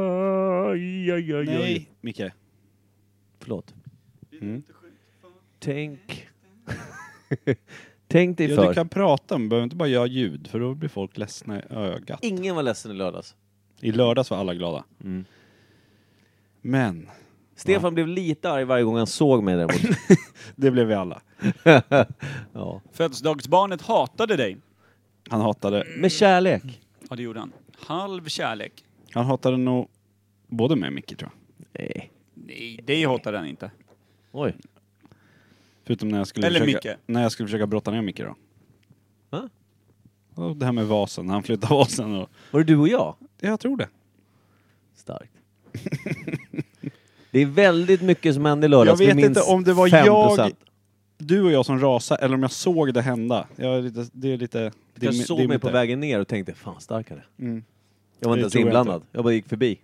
Aj, aj, aj, aj. Nej, Micke. Förlåt. Mm. Tänk. Tänk dig Ja, för. du kan prata, men behöver inte bara göra ljud, för då blir folk ledsna i ögat. Ingen var ledsen i lördags. I lördags var alla glada. Mm. Men, Stefan blev lite arg varje gång han såg mig däremot. det blev vi alla. ja. Födelsedagsbarnet hatade dig. Han hatade, Med kärlek. Ja, det gjorde han. Halv kärlek. han hatade nog både mig och Micke tror jag. Nej. Nej, det hatade han inte. Oj. Förutom när jag skulle, Eller försöka, Micke. När jag skulle försöka brotta ner Micke då. Va? Och det här med vasen, han flyttade vasen och... Var det du och jag? Jag tror det. Starkt. det är väldigt mycket som hände i Jag lördags. Vi vet minns inte om det var 5%. jag, du och jag som rasade, eller om jag såg det hända. Jag är lite, det är lite... Du kanske dim- såg mig dimmigt på där. vägen ner och tänkte, fan starkare. Mm. Jag var Det inte ens tror jag inblandad. Jag, bara gick förbi.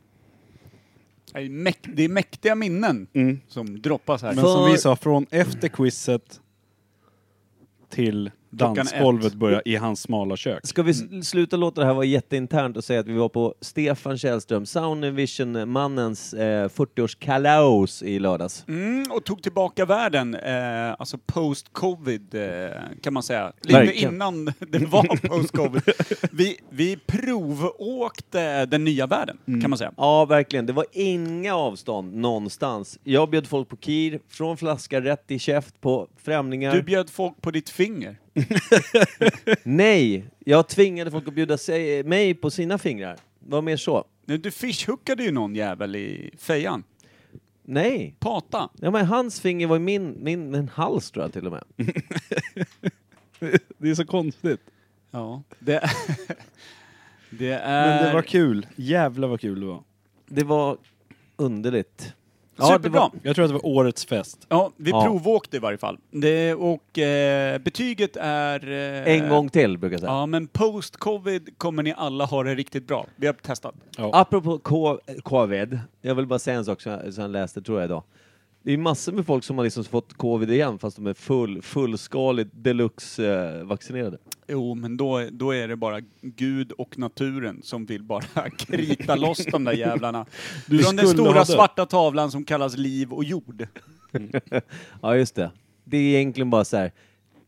Nej, mäk- Det är mäktiga minnen Mm. som droppas här. Men För- som vi sa, från efter quizet till Klockan dansgolvet ett. börjar i hans smala kök. Ska vi Mm. sl- sluta låta det här vara jätteinternt och säga att vi var på Stefan Källström, Sound and Vision-mannens eh, 40-årskalas i lördags. Mm, och tog tillbaka världen, eh, alltså post-covid eh, kan man säga. Lite Verkligen. innan det var post-covid. Vi, vi provåkte den nya världen Mm. kan man säga. Ja, verkligen. Det var inga avstånd någonstans. Jag bjöd folk på kir, från flaska rätt i käft på främlingar. Du bjöd folk på ditt finger. Nej, jag tvingade folk att bjuda sig, mig på sina fingrar. Vad mer så? Nej, Du fishhookade ju någon jävel i fejan. Nej. Pata. Ja, men hans finger var ju min, min, min hals tror jag till och med. Mm. Det är så konstigt. Ja. Det, det är... Men det var kul. Jävlar vad kul det var. Det var underligt. det Superbra. var, Jag tror att det var årets fest. Ja, vi Ja. provåkte i varje fall. Det, och eh, betyget är... eh, en gång till brukar jag säga. Ja, men post-covid kommer ni alla ha det riktigt bra. Vi har testat. Apropå ko- covid, jag vill bara säga en sak som jag, som jag läste tror jag idag. Det är massor med folk som har liksom fått covid igen fast de är full, fullskaligt deluxe eh, vaccinerade. Jo, men då, då är det bara Gud och naturen som vill bara krita loss de där jävlarna. Du Från den skulle ha stora dött. svarta tavlan som kallas liv och jord. Ja just det. Det är egentligen bara så här.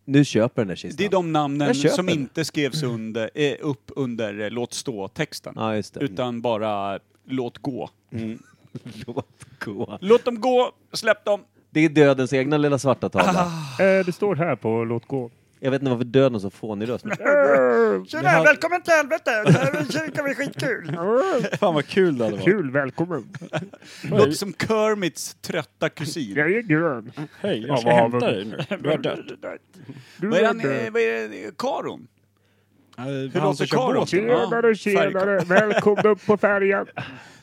nu köper den där kistan. Det är de namnen Jag köper som det. inte skrevs under, eh, upp under eh, Låt stå-texten. Ja just det. Utan bara Låt gå. Låt gå. Låt dem gå, släpp dem. Det är dödens egna lilla svarta tavla. Eh, det står här på Låt gå. Jag vet inte varför döden har så fånig röst. men- Eh, Tjena, välkommen till helvete! Det här kan bli skitkul! Fan vad kul det hade varit. Kul, välkommen. Låter som Kermits trötta kusin. Jag är grön. Hej, Ja, jag ska vad hämta har vi? dig nu. Du har dött. Du Vad är är han, eh, död. vad är det, Karon? Hur låter Karo? Ja, Tjenare, tjenare. Välkommen upp på färjan.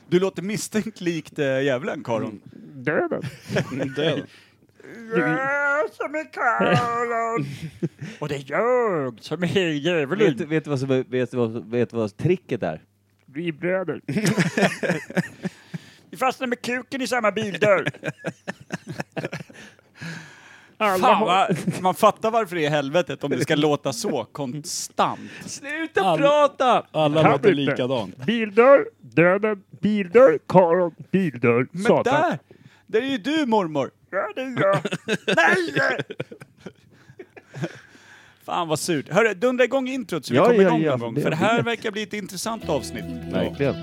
Du låter misstänkt likt äh, djävulen, Mm. Karon. Döden. Död. Jag som är Karolon! Och det är jag som är Vet, djävulen! du- vet, du vad som, är- vet, du vad, vet du vad tricket är? Vi är bröder. Vi fastnar med kuken i samma bildörr! Alla Fan, har... vad- man fattar varför det är helvetet om det ska låta så konstant. Sluta prata! Alla Kan låter inte. likadant. Bildörr, döden, bildörr, Karon, bildörr, Men Satan. där! Där är ju du mormor! Ja, det är jag! Nej! Fan vad surt. Hörru, dundra igång introt så vi Ja, kommer ja, igång ja, någon gång. det- För det jag här vet. verkar bli ett intressant avsnitt. Verkligen.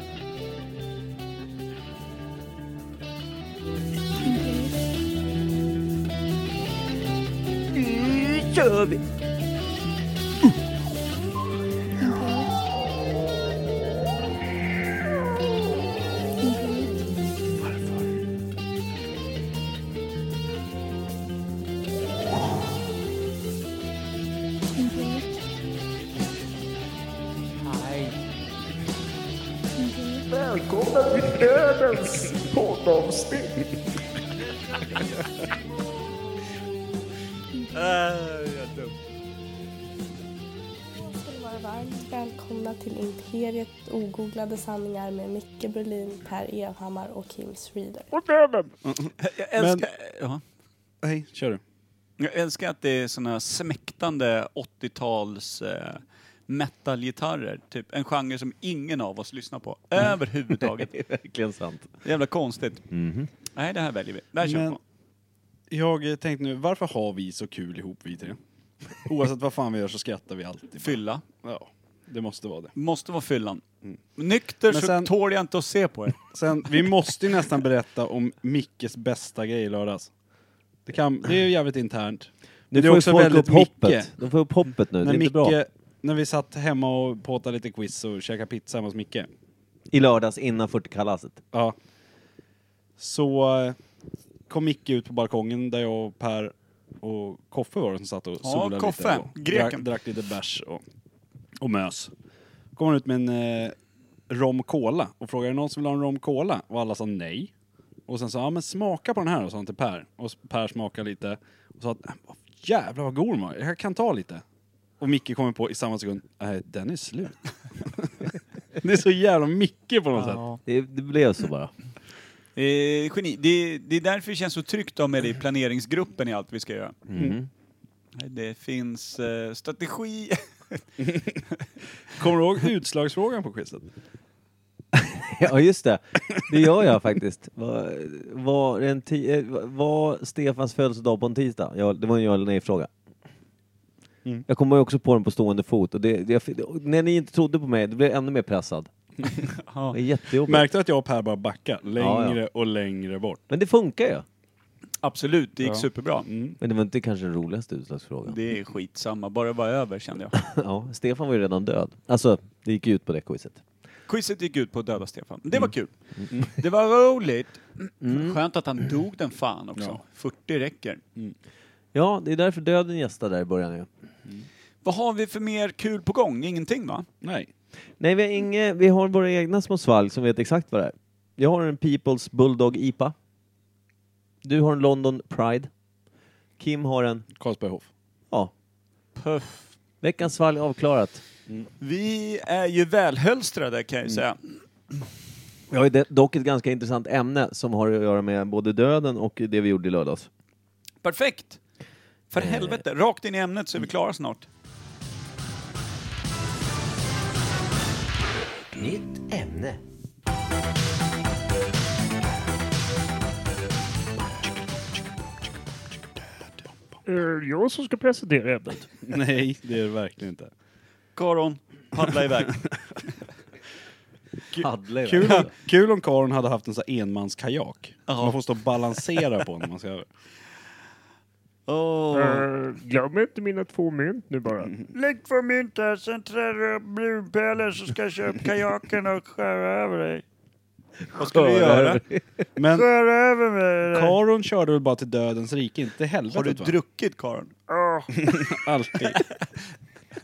Nu kör vi! Välkomna till dödens poddavsnitt. ska ni vara varmt välkomna till Imperiet ogooglade sanningar med Micke Berlin, Per Evhammar och Kim Schreeder. Och döden. Jag älskar, ja. Nej, kör du. jag älskar att det är såna smäktande 80-tals eh, metalgitarrer. Typ en genre som ingen av oss lyssnar på överhuvudtaget. Det är verkligen sant. Jävla konstigt. Nej, det här väljer vi. Det här kör vi Men- på. Jag eh, tänkte nu, varför har vi så kul ihop vi tre? Oavsett vad fan vi gör så skrattar vi alltid. Fylla. Ja, det måste vara det. Måste vara fyllan. Nykter Men så sen- tål jag inte att se på er. Sen, vi måste ju nästan berätta om Mickes bästa grej i lördags. Det, kan, det är ju jävligt internt. Nu det får också folk upp Micke. hoppet. De får upp hoppet nu. Det När, är inte bra. Micke, när vi satt hemma och påtade lite quiz och käkade pizza hemma hos Micke. I lördags innan 40-kalaset. Ja. Så eh, kom Micke ut på balkongen där jag och Per och Koffe var det som satt och Ja, solade Koffe, lite. och greken. Drack, drack lite bärs och, och mös. Kom han ut med en eh, rom cola och frågade "Är det någon som vill ha en rom cola? Och alla sa nej. Och sen sa han, ja men smaka på den här och sa han till Per. Och s- Per smakade lite och sa att "Äh, vad jävlar vad god den var, jag kan ta lite. Och Micke kommer på i samma sekund, nej den är slut. det är så jävla Micke på något sätt. Det, det blev så bara. Eh, geni. Det, det är därför det känns så tryggt att ha med dig i planeringsgruppen i allt vi ska göra. Nej, Det finns eh, strategi. Kommer du ihåg utslagsfrågan på quizet? Ja, just det. Det gör jag faktiskt. Var, var, en ti- eh, var Stefans födelsedag på en tisdag? Ja, det var en ja eller nej-fråga. Jag kommer ju också på den på stående fot. Och det, det, jag, fick- och när ni inte trodde på mig, då blev jag ännu mer pressad. Det är jättejobbigt. Märkte du att jag och Per bara backade längre Ja, och längre bort? Men det funkar ju. Absolut, det gick superbra. Men det var inte kanske den roligaste utslagsfrågan. Mm. Det är skitsamma, bara det var över kände jag. Ja, Stefan var ju redan död. Alltså, det gick ju ut på det quizet. Quizet gick ut på att döda Stefan. Det var kul. Det var roligt. Mm. Skönt att han dog den fan också. 40 räcker. Ja, det är därför döden gästar där i början ju. Vad har vi för mer kul på gång? Ingenting va? Nej. Nej, vi har, Mm. inge, vi har våra egna små svalg som vet exakt vad det är. Jag har en People's Bulldog IPA. Du har en London Pride. Kim har en... Karlsberghof. Ja, Puff. veckans svalg avklarat. Vi är ju välhölstrade kan jag ju säga. Jag har ju de- dock ett ganska intressant ämne som har att göra med både döden och det vi gjorde i lördags. Perfekt! För helvete, rakt in i ämnet så är vi klara snart. Nytt ämne. Eh, Jag som ska presentera ämnet. Nej, det är det verkligen inte. Karon, paddla iväg. Paddla iväg. Kul, om- kul om Karon hade haft en sån här enmanskajak. Ja. Man får stå och balansera på när man ska över. Åh. Eh, Glöm inte mina två mynt nu bara. Lägg på mynten, sen trär du upp brunpölen så ska jag köra upp kajaken och skära över dig. Vad ska vi göra? Men Skära över mig! eller? Karon körde väl bara till dödens rike, inte helvetet Har du va? druckit Karon? Åh, Alltid.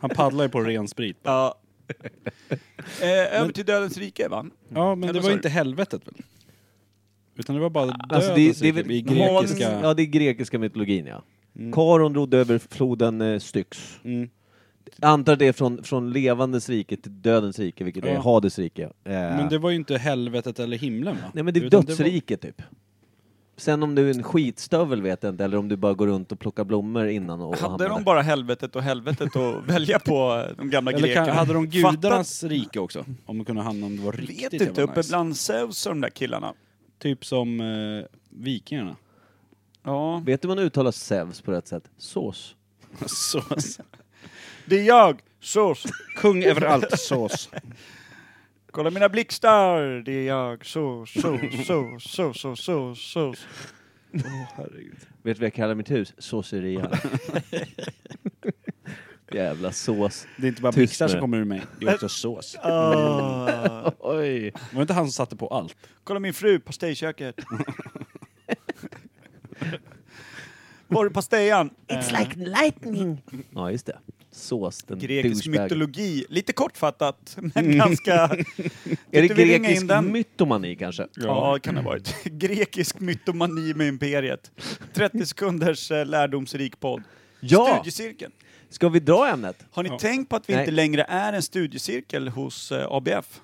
Han paddlar ju på ren sprit. Ja. Eh, över till Dödens rike va? Ja, men det vad var sa ju du? inte helvetet väl? Utan det var bara dödens Alltså det, det är rike i väl grekiska... Ja, det är grekiska mytologin ja. Karon rodde över floden eh, Styx. Mm. Jag antar att det är från, från levandes rike till dödens rike, vilket är Ja. Hades rike. Eh, Men det var ju inte helvetet eller himlen va? Nej men det är Utan var- dödsrike typ. Sen om du är en skitstövel vet jag inte, eller om du bara går runt och plockar blommor innan och Hade hamnar de där. bara helvetet och helvetet att välja på eh, de gamla Eller grekerna? kan, hade de Fattat- gudarnas rike också? Om de kunde hamna om det var riktigt Vet inte, jävla uppe nice. bland Zeus och de där killarna. Typ som eh, vikingarna. Ja. Vet du hur man uttalar Zeus på rätt sätt? Sås. sås. Det är jag, Zeus. Kung överallt, sås. kolla mina blixtar! Det är jag, så, så, så, så, så, så, så. Vet du vad jag kallar mitt hus? Såseria. Jävla sås. Det är inte bara Tyst blixtar med som det. kommer ur mig, det är också sås. Ah. Oj. Var det inte han som satte på allt? Kolla min fru, pastejköket. Var är pastejan? It's like lightning. Ja just det. Sås, den Grekisk douchebagen. mytologi. Lite kortfattat, men ganska... Mm. Är det Tyckte vi ringa grekisk in den? mytomani kanske? Ja, det kan det ha varit. Grekisk mytomani med imperiet. 30 sekunders eh, lärdomsrik podd. Ja! Studiecirkeln. Ska vi dra ämnet? Har ni tänkt på att vi Nej. inte längre är en studiecirkel hos eh, ABF?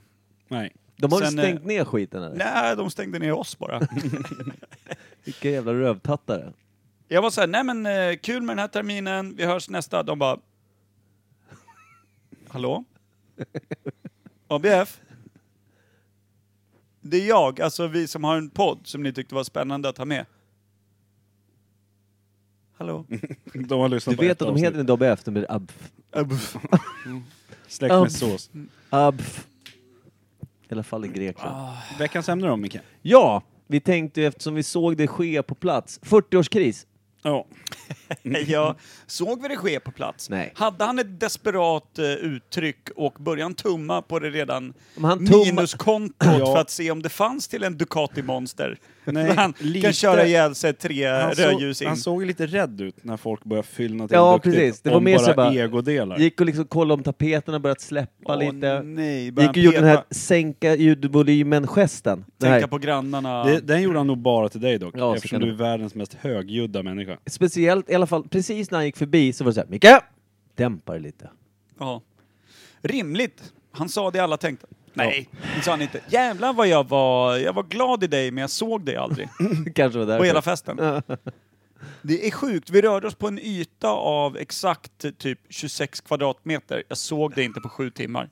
Nej. De har väl Sen, stängt ner skiten eller? Nej, de stängde ner oss bara. Vilka jävla rövtattare. Jag var så här, nej men eh, kul med den här terminen, vi hörs nästa. De bara... Hallå? ABF? Det är jag, alltså vi som har en podd som ni tyckte var spännande att ha med. Hallå? De har lyssnat Du på ett vet att de avsnitt. heter inte Dobbe efter men Abf. Abf. Släkt Um. med sås. Abf. I alla fall i Grekland. Ah. Veckans ämne då, Micke? Ja, vi tänkte ju eftersom vi såg det ske på plats. 40-årskris. Ja. Ja, såg vi det ske på plats? Nej. Hade han ett desperat eh, uttryck och började han tumma på det redan Men han tummar- minuskontot Ja. för att se om det fanns till en Ducati Monster? Nej, Men han lite- kan köra ihjäl sig tre Han, rödljus såg, in. han såg lite rädd ut när folk började fyllna till Ja, duktigt precis. Det var om mer bara så bara- egodelar. Gick och liksom kollade om tapeterna börjat släppa Åh, lite. nej, Gick började och han gjorde den här peta- sänka ljudvolymen-gesten. Det här. Tänka på grannarna. Det, den gjorde han nog bara till dig dock, Ja, så eftersom kan du är det- världens mest högljudda människa. Speciellt, i alla fall precis när han gick förbi så var det såhär, Micke! Dämpa det lite. Ja. Rimligt. Han sa det alla tänkte. Nej, det sa han inte. Jävlar vad jag var, jag var glad i dig men jag såg dig aldrig. Kanske var På därför. hela festen. Det är sjukt. Vi rörde oss på en yta av exakt typ 26 kvadratmeter. Jag såg det inte på sju timmar.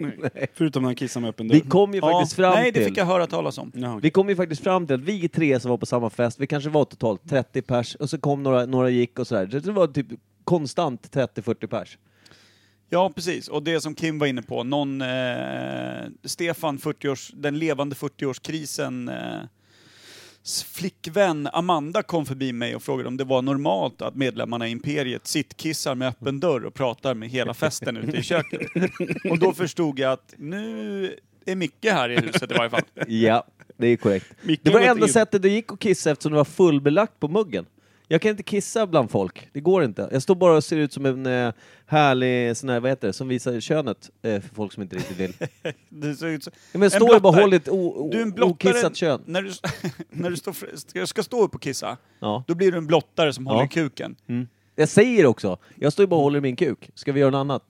Förutom när han kissade med öppen dörr. Vi kom ju faktiskt fram nej, det till... fick jag höra talas om. Jaha, okej. Vi kom ju faktiskt fram till att vi tre som var på samma fest, vi kanske var totalt 30 pers, och så kom några, några gick och sådär. Så Det var typ konstant 30-40 pers. Ja, precis. Och det som Kim var inne på, någon... Eh, Stefan, 40-års, den levande 40-årskrisen, eh, s- flickvän Amanda kom förbi mig och frågade om det var normalt att medlemmarna i Imperiet sittkissar med öppen dörr och pratar med hela festen ute i köket. Och då förstod jag att nu är Micke här i huset i varje fall. Ja, det är korrekt. Micke det var har gått enda in. sättet det gick att kissa eftersom det var fullbelagt på muggen. Jag kan inte kissa bland folk, det går inte. Jag står bara och ser ut som en eh, härlig sån här, vad heter det, som visar könet eh, för folk som inte riktigt vill. Du ser ut som- Ja, men En står jag bara blottare. håller ett o- o- Du är en blottare okissat kön. när du, när du står, fr- ska- ska stå upp och kissa. Ja. Då blir du en blottare som håller Ja. i kuken. Jag säger också, jag står ju bara och håller i min kuk. Ska vi göra något annat?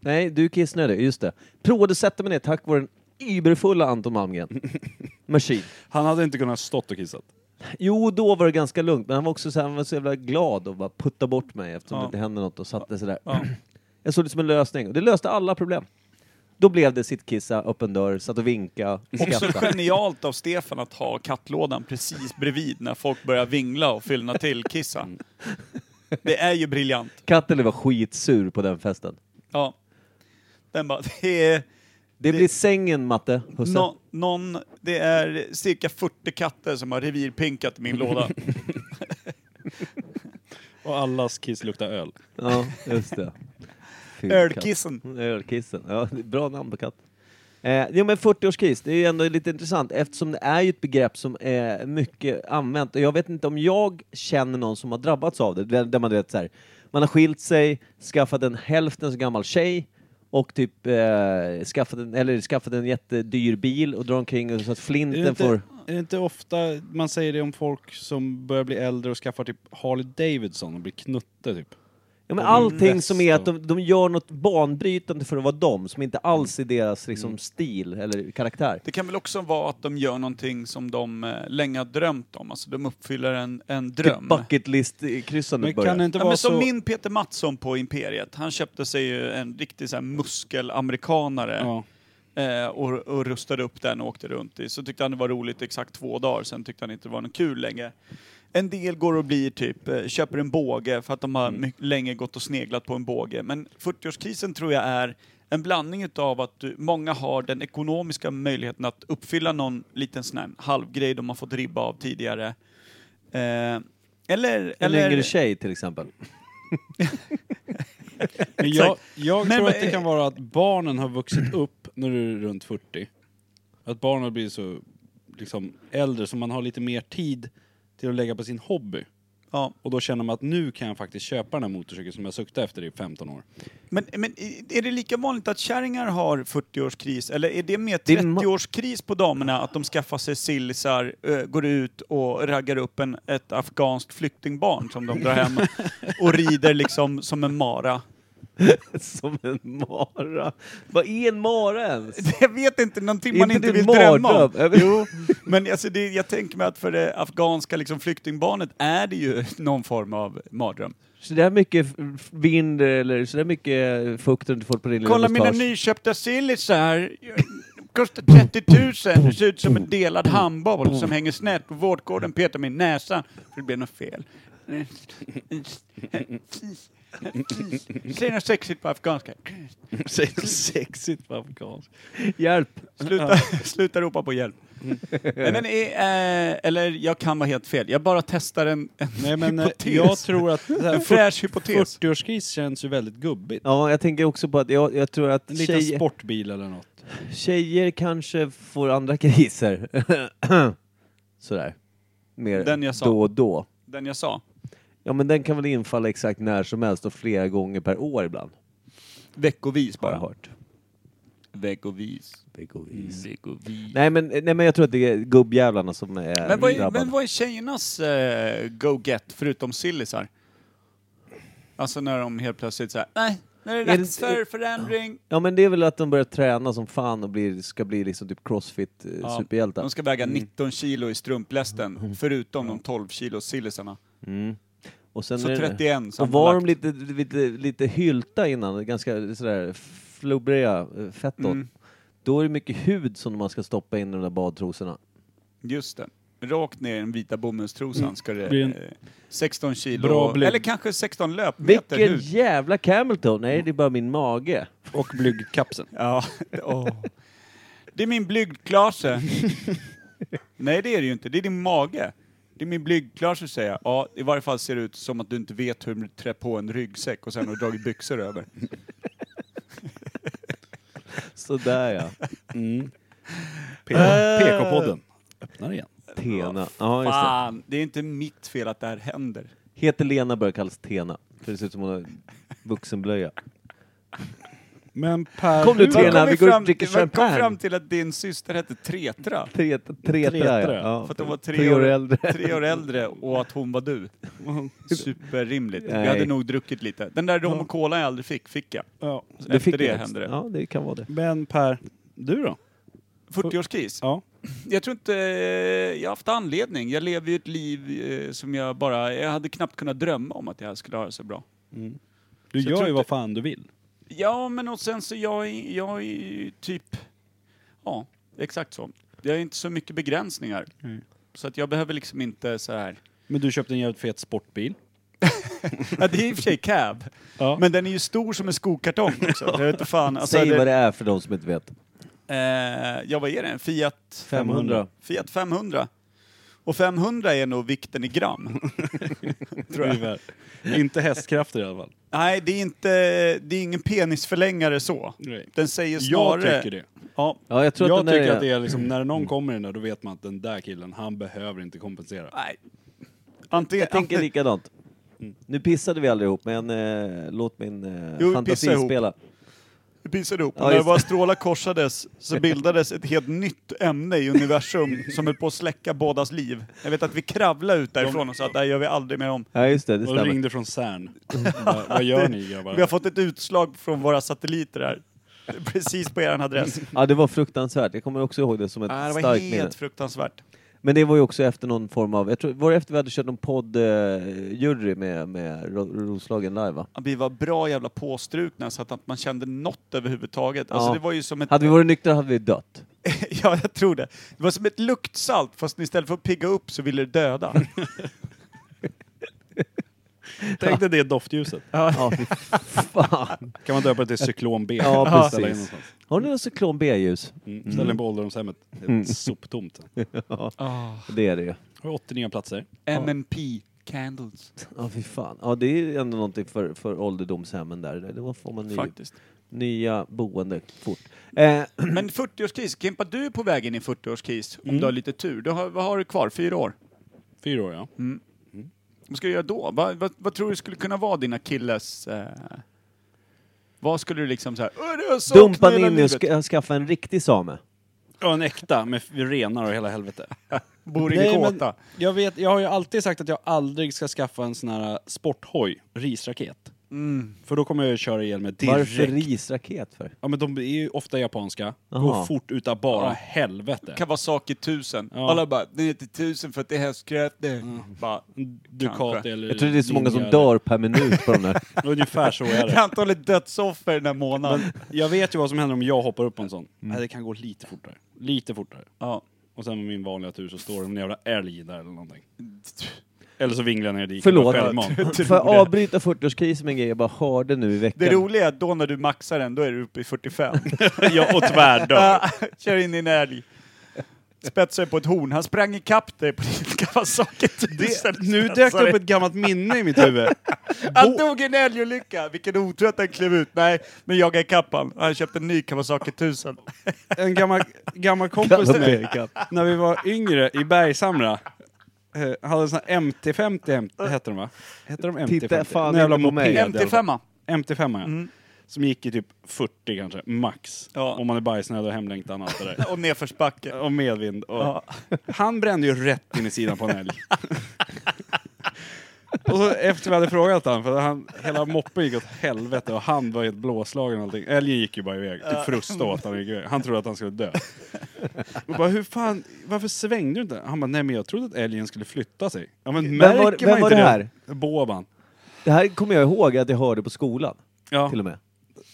Nej, du är kissnödig, just det. Provade att sätta mig ner tack vare den überfulla Anton Malmgren. Maskin. Han hade inte kunnat stått och kissat. Jo, då var det ganska lugnt, men han var också så, här, han var så jävla glad och bara putta bort mig eftersom Ja. det inte hände något och satte sig där. Jag såg det som en lösning och det löste alla problem. Då blev det sitt kissa, öppen dörr, satt och vinka, Också skratta. genialt av Stefan att ha kattlådan precis bredvid när folk börjar vingla och fyllna till kissa. Mm. Det är ju briljant. Katten var skitsur på den festen. Ja. Den bara, det är, Det, Det- blir sängen, matte. Husse. nå- någon, det är cirka 40 katter som har revirpinkat i min låda. Och allas kiss luktar öl. Ja, just det. Fy Ölkissen. katt. Ölkissen. Ja, det är bra namn på katt. Eh, jo men 40-årskris, det är ju ändå lite intressant eftersom det är ju ett begrepp som är mycket använt och jag vet inte om jag känner någon som har drabbats av det. Där där man vet så här, man har skilt sig, skaffat en hälften så gammal tjej och typ eh, skaffat, en, eller skaffat en jättedyr bil och drar omkring och så att Är flinten det, inte, får... är det inte ofta man säger det om folk som börjar bli äldre och skaffar typ Harley Davidson och blir knutte typ? Ja, men Och en allting väst som är att och- de, de gör något banbrytande för att vara dem, som inte alls är deras liksom, Mm. stil eller karaktär. Det kan väl också vara att de gör någonting som de eh, länge har drömt om. Alltså de uppfyller en, en dröm. Typ Bucket list-kryssandet Men kan Typ det börjar. inte ja, vara men så... som min Peter Mattsson på Imperiet. Han köpte sig ju en riktig så här muskelamerikanare Ja. eh, och, och rustade upp den och åkte runt i. Så tyckte han det var roligt exakt två dagar, sen tyckte han inte det var något kul längre. En del går och blir typ, eh, köper en båge för att de har my- länge gått och sneglat på en båge. Men 40-årskrisen tror jag är en blandning utav att du, många har den ekonomiska möjligheten att uppfylla någon liten sån här halvgrej de har fått ribba av tidigare. Eh, eller, En eller yngre tjej till exempel. Men jag, Exakt. jag Men tror vad- att det kan vara att barnen har vuxit upp när du är runt 40. Att barnen har blivit så liksom, äldre så man har lite mer tid till att lägga på sin hobby. Ja. Och då känner man att nu kan jag faktiskt köpa den här motorcykeln som jag suktar efter i 15 år. Men, men i- är det lika vanligt att kärringar har 40-årskris eller är det mer Det är ma- 30-årskris på damerna? Att de skaffar sig sillisar, ö, går ut och raggar upp en, ett afghanskt flyktingbarn som de drar hem och rider liksom som en mara? som en mara. Vad är en mara ens? Jag vet inte, någonting Är man inte inte det vill en drömma om. mardröm? Jag vet- Jo, men alltså det, jag tänker mig att för det afghanska liksom flyktingbarnet är det ju någon form av mardröm. Så där mycket f- vind eller så där mycket fukt du inte fått på din lilla Kolla mina mustasch. nyköpta sillisar. Kostar 30 000. Det ser ut som en delad handboll som hänger snett på vårdgården. Petar min näsa. För det blev något fel. Säg något sexigt på afghanska. Säger något sexigt på afghanska. Hjälp! Sluta, sluta ropa på hjälp. Nej, men, eh, eller jag kan vara helt fel. Jag bara testar en, en Nej men eh, hypotes. jag tror att det här en fräsch hypotes. 40-årskris känns ju väldigt gubbigt. Ja, jag tänker också på att jag, jag tror att En liten tjejer, sportbil eller något. tjejer kanske får andra kriser. Sådär. Mer Den jag sa. då och då. Den jag sa. Ja men den kan väl infalla exakt när som helst och flera gånger per år ibland. Veckovis Har jag bara. hört. Veckovis. Veckovis. Veckovis. Nej men, nej men jag tror att det är gubbjävlarna som är Men vad, är, drabbade. men vad är tjejernas eh, go-get förutom sillisar? Alltså när de helt plötsligt säger nej, nu är det Är dags det- för förändring. Ja men det är väl att de börjar träna som fan och blir, ska bli liksom typ crossfit eh, Ja, superhjältar. De ska väga 19 kilo i Mm. strumplästen, förutom de 12 kilo sillisarna. Och sen Så är det- 31 Och var de sammanlagt. lite, lite, lite hylta innan, ganska sådär flubbriga, eh, fett åt, Mm. då är det mycket hud som man ska stoppa in i de där badtrosorna. Just det. Rakt ner i den vita Mm. bomullstrosan ska det... Blir en- Eh, 16 kilo, Bra blir- eller kanske 16 löpmeter Vilken hud. Mm. jävla Camelton! Nej, det är bara min mage. Och blygdkapseln. Ja, åh. Det är min blygdklase. Nej, det är det ju inte. Det är din mage. Det är min blygdklase, säger jag. Ja, i varje fall ser det ut som att du inte vet hur du trär på en ryggsäck och sen har du dragit byxor över. Sådär ja. Eh. PK-podden. Öppnar igen. Tena. Ja, just det. Fan, det är inte mitt fel att det här händer. Heter Lena börjar kallas Tena. För det ser ut som hon har vuxenblöja. Men Per... Kom nu, Man Tena, kom vi ju går ut och fram- dricker man kom champagne. fram till att din syster hette Tretra. Tretra, tretra, ja. Tretra. ja. För att hon var tre, år äldre. tre år äldre och att hon var du. Superrimligt. Vi Nej. hade nog druckit lite. Den där rom och cola jag aldrig fick, fick jag. Ja. Du Efter fick det ju- hände det. Ja, det kan vara det. Men Per, du då? 40-årskris. Ja. Jag tror inte eh, jag har haft anledning. Jag lever ju ett liv eh, som jag bara... Jag hade knappt kunnat drömma om att jag skulle ha det så bra. Du Så jag gör tror ju inte- vad fan du vill. Ja, men och sen så jag är jag är ju typ... Ja, exakt så. Jag har inte så mycket begränsningar. Så att jag behöver liksom inte så här... Men du köpte en jävligt fet sportbil. Ja, det är i och för sig cab. Ja. Men den är ju stor som en skokartong också. Jag vet inte fan. Alltså, Säg vad det, det är för de som inte vet. eh, ja, vad är det? En Fiat... 500. Fiat 500. Och 500 är nog vikten i gram. Tror jag. Inte hästkrafter i alla fall. Nej, det är, inte, det är ingen penisförlängare så. Nej. Den säger Jag snarare... tycker det. Ja. Ja, jag tror jag att den tycker är... att det är liksom, när någon kommer in där, då vet man att den där killen, han behöver inte kompensera. Nej. Antingen... Jag tänker antingen- likadant. Nu pissade vi aldrig ihop, men eh, låt min eh, Mm. Jo, vi pissade fantasi ihop. spela. Vi pissade ihop. Ja, när just våra strålar korsades så bildades ett helt nytt ämne i universum som höll på att släcka bådas liv. Jag vet att vi kravlade ut därifrån och sa att det här gör vi aldrig mer om. Ja, just det. Det Och stämmer. ringde från CERN. Bara, Vad gör ni grabbar? Vi har fått ett utslag från våra satelliter här. Precis på er adress. Ja, det var fruktansvärt. Jag kommer också ihåg det som ett Ah, det var starkt minne. helt fruktansvärt. Men det var ju också efter någon form av... Jag tror, var det efter vi hade kört någon poddjury med, med Ro- Roslagen live, va? Vi var bra jävla påstrukna så att att man kände något överhuvudtaget. Alltså Ja. det var ju som ett... Hade vi varit nyktra hade vi dött. Ja, jag tror det. Det var som ett luktsalt fast istället för att pigga upp så ville det döda. Tänk dig det doftljuset. Ja, fy fan. Kan man döpa det till cyklon B? Ja, Ställa precis. in någonstans. Har ni någon cyklon B-ljus? Mm. Ställ in på ålderdomshemmet. Det är Soptomt. Det är det ju. Har 80 nya platser. M&P Candles. Ja, fy fan. Ja, det är ju ändå någonting för, för ålderdomshemmen där. Då får man ny, Faktiskt. nya boende fort. Eh, Men 40-årskris. Kimpa, du är på väg in i 40-årskris om Mm. du har lite tur. Du har, vad har du kvar? Fyra år? Fyra år ja. Vad ska du göra då? Vad, vad, vad tror du skulle kunna vara dina killes... Eh, vad skulle du liksom såhär... dumpa han in i och ska, skaffa en riktig same. Ja, en äkta med f- renar och hela helvete. Bor i Nej, men Kåta. jag, vet, jag har ju alltid sagt att jag aldrig ska skaffa en sån här sporthoj, äh, risraket. För då kommer jag ju köra ihjäl mig direkt. Mm. Varför risraket för? Ja men de är ju ofta japanska. Jaha. Går fort utav bara Ja. helvete. Kawasaki 1000. Ja. Mm. Alla bara, det heter 1000 för att det är hästkräfte. Bara, Ducati Kanske. eller Jag tror det är så många som Ninja dör per minut på de där. eller- Ungefär så är det. Antalet dödsoffer den här månaden. Jag vet ju vad som händer om jag hoppar upp på en Mm. sån. Nej, det kan gå lite fortare. Lite fortare. Ja. Och sen med min vanliga tur så står det en jävla älg där eller någonting. Eller så vinglar jag ner i diket. Förlåt. med självmant. Får jag avbryta 40-årskrisen med en grej jag bara hörde nu i veckan? Det roliga är att då när du maxar den, då är du uppe i 45. ja, och tvärdör. Ah, Kör in i en älg. Spetsar på ett horn. Han sprang ikapp dig på din Kawasaki 1000. Det, nu dök det upp ett gammalt minne i mitt huvud. Han dog i en älgolycka! Vilken otur att han klev ut. Nej, men jag är kappan. Han köpte en ny Kawasaki 1000. En gammal, gammal kompis till mig, när vi var yngre i Bergshamra, eh, hade en sån här MT50, hem- hette de va? Hette de MT50? Titta fan Någon jävla inte på mig. moped i alla fall. MT5. MT5 ja. Mm. Som gick i typ 40 kanske, max. Ja. Om man är bajsnödig och hemlängtan och allt det där. Och nedförsbacke. Och medvind. Och Han brände ju rätt in i sidan på en älg. och så efter vi hade frågat han, för han, hela moppen gick åt helvete och han var helt blåslagen och allting. Älgen gick ju bara iväg, typ frusta åt han gick iväg. Han trodde att han skulle dö. Och bara, hur fan, varför svängde du inte? Han bara, nej men jag trodde att älgen skulle flytta sig. Ja men var- märker vem man var inte det Boban. Det här kommer jag ihåg att jag hörde på skolan. Ja, Till och med.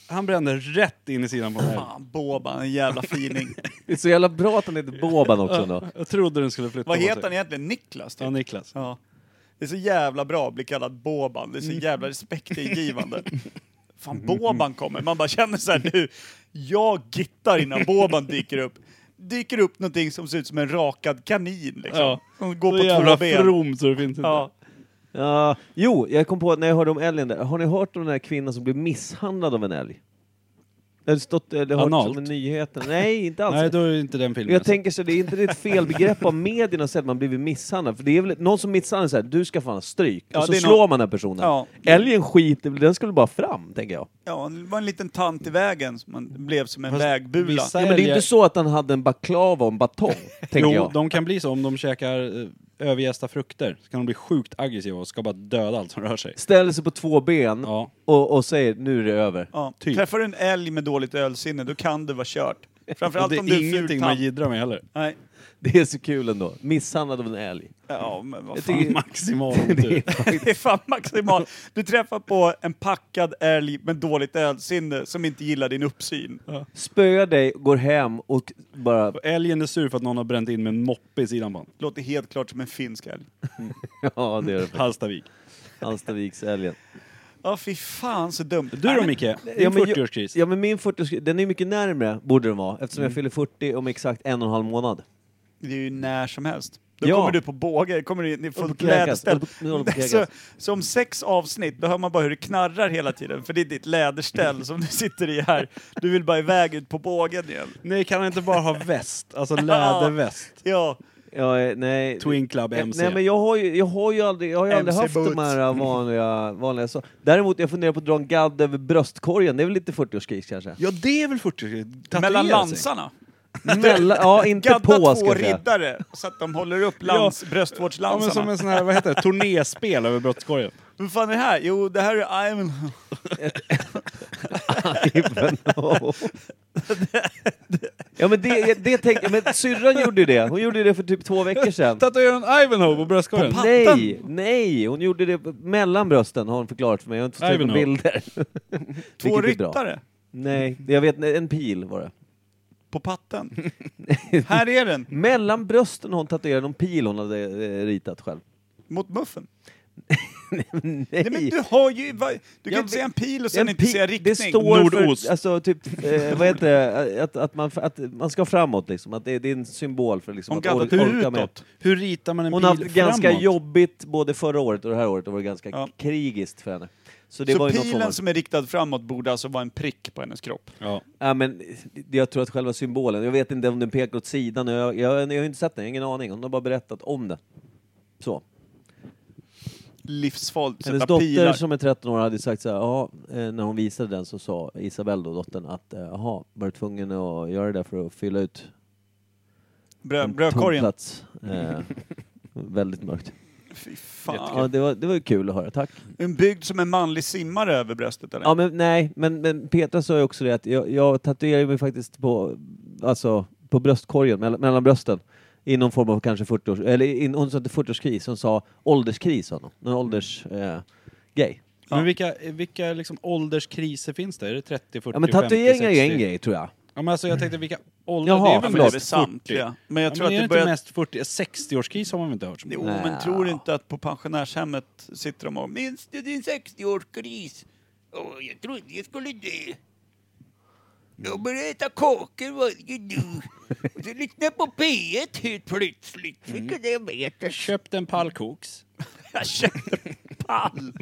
han brände rätt in i sidan på en älg. Fan, Boban, en jävla fining. Det är så jävla bra att han heter Boban också ändå. Jag trodde den skulle flytta Vad på heter han sig. egentligen? Niklas? Typ. Ja, Niklas. Ja. Det är så jävla bra att bli kallad Boban. Det är så Mm. jävla respektingivande. Fan, Boban kommer. Man bara känner så här nu. Jag gittar innan Boban dyker upp. Dyker upp någonting som ser ut som en rakad kanin liksom. Ja. Som går så på jävla två ben. from så det finns inte. Ja. Ja, jo, jag kom på att när jag hörde om älgen där. Har ni hört om den här kvinnan som blev misshandlad av en älg? Det har stått, eller hört Analt? som i nyheterna. Nej, inte alls. Nej, då är det inte den filmen. jag Alltså. tänker så det är inte ett felbegrepp av medierna att säga att man blivit misshandlad. För det är väl någon som misshandlar så här, du ska fan ha stryk. Ja, och så det är slår någon- man den här personen. Ja. Älgen skiter väl- den skulle bara fram, tänker jag. ja, det var en liten tant i vägen som man blev som en Fast vägbula. vissa- Ja, men det är Älgar- inte så att han hade en baklava och en batong, tänker Jo, jag. de kan bli så om de käkar eh, övergästa frukter. Så kan de bli sjukt aggressiva och ska bara döda allt som rör sig. Ställer sig på två ben Ja. och, och säger nu är det över. Ja. typ. Träffar du en älg med dåligt ölsinne, då kan det vara kört. Och Framförallt det om du är är en ful ingenting man tant. jiddrar med heller. Nej. Det är så kul ändå. Misshandlad av en älg. Ja, men vad Jag fan. tycker- Maximal det otur. är Det är fan maximalt. Du träffar på en packad älg med dåligt ölsinne som inte gillar din uppsyn. spöar dig, går hem och bara... Och älgen är sur för att någon har bränt in med en moppe i sidan på honom. Låter helt klart som en finsk älg. Ja, det är det. Hallstavik. Hallstaviksälgen. Ja, fy fan så dumt. Du då Micke? Din Ja, men ju- 40-årskris? Ja, men min 40-årskris, den är mycket närmre, borde den vara, eftersom jag Mm. fyller 40 om exakt en och en halv månad. Det är ju när som helst. Då Ja. kommer du på båge, kommer du in i Och på fullt kräkas. läderställ. Och på- nu håller på kräkas. Så, så om sex avsnitt, då hör man bara hur det knarrar hela tiden, för det är ditt läderställ som du sitter i här. Du vill bara iväg ut på bågen igen. Nej, kan han inte bara ha väst? Alltså läderväst. Ja, Ja, eh, nej. Twin Club Eh, MC. Nej men jag har ju, jag har ju aldrig, jag har ju aldrig MC haft boots. Mm. de här vanliga, vanliga så. Däremot jag funderar på att dra en gadd över bröstkorgen, det är väl lite 40-årskris kanske? Ja, det är väl 40-årskris? Tatuera mellan sig. lansarna. Mellan, ja inte Gadda på ska två jag säga. riddare så att de håller upp lans, Ja, men bröstvårdslansarna. som en sån här, vad heter det, turnéspel över brottskorgen. Vad fan är det här? Jo, det här är Ivan... Ja men det, det tänkte jag, men syrran gjorde ju det, hon gjorde det för typ två veckor sedan. Tatuera en Ivanhoe på bröstkorgen. Nej, nej, hon gjorde det mellan brösten har hon förklarat för mig, jag har inte fått se några Ivanhoe. bilder. Två Vilket är bra. ryttare Nej, jag vet, en pil var det. på patten. här är den, Mellan brösten har hon tatuerat någon pil hon hade eh, ritat själv. mot muffen. Nej. Nej, men du har ju... va- Du kan Jag inte säga en pil och En sen inte pil- säga riktning. Det står Nordost. för, alltså typ, eh, vad heter det, att, att, man, att man ska framåt liksom, att det, det är en symbol för liksom, Hon att or, gaddade orka med. utåt. Hur ritar man en Hon bil har haft ganska framåt? jobbigt både förra året och det här året, det var ganska Ja. krigiskt för henne. Så det så var ju någon form av... pilen som är riktad framåt borde alltså vara en prick på hennes kropp. Ja. Ja, men det- jag tror att själva symbolen, jag vet inte om den pekar åt sidan, jag, jag, jag har inte sett den, jag har ingen aning. Hon har bara berättat om det. Så. Livsfarligt att Hennes sätta dotter pilar. som är 13 år hade sagt så här, ja, eh, när hon visade den så sa Isabelle då, dottern, att eh, jaha, var du tvungen att göra det där för att fylla ut Brö, en tom Mm, brödkorgen. plats? Eh, väldigt mörkt. Fy fan. Ja, det var, det var ju kul att höra, tack. En byggd som en manlig simmare över bröstet eller? Ja, men nej, men, men Petra sa ju också det att jag, jag tatuerar mig faktiskt på, alltså, på bröstkorgen, mellan, mellan brösten. I någon form av kanske 40 års, eller in, hon sa inte 40-årskris, hon sa ålderskris, sa hon. Någon ålders... Eh, grej. Men vilka, vilka liksom ålderskriser finns det? Är det 30, 40, Ja men 50, 60? tatueringar är en grej tror jag. Ja, men alltså jag tänkte vilka ålder... Jaha, det är väl förlåt. mest 40? samtliga. Men jag Ja, tror men är att det det börjar... inte mest 40? 60-årskris har man väl inte hört så mycket? Jo, men tror du inte att på pensionärshemmet sitter de och Minns du din 60-årskris? Åh, jag trodde jag skulle dö. Jag började äta kakor varje dag. Och så lyssnade jag på P1 helt plötsligt. Fick jag diabetes. Köpte en pall koks. Jag kände pall.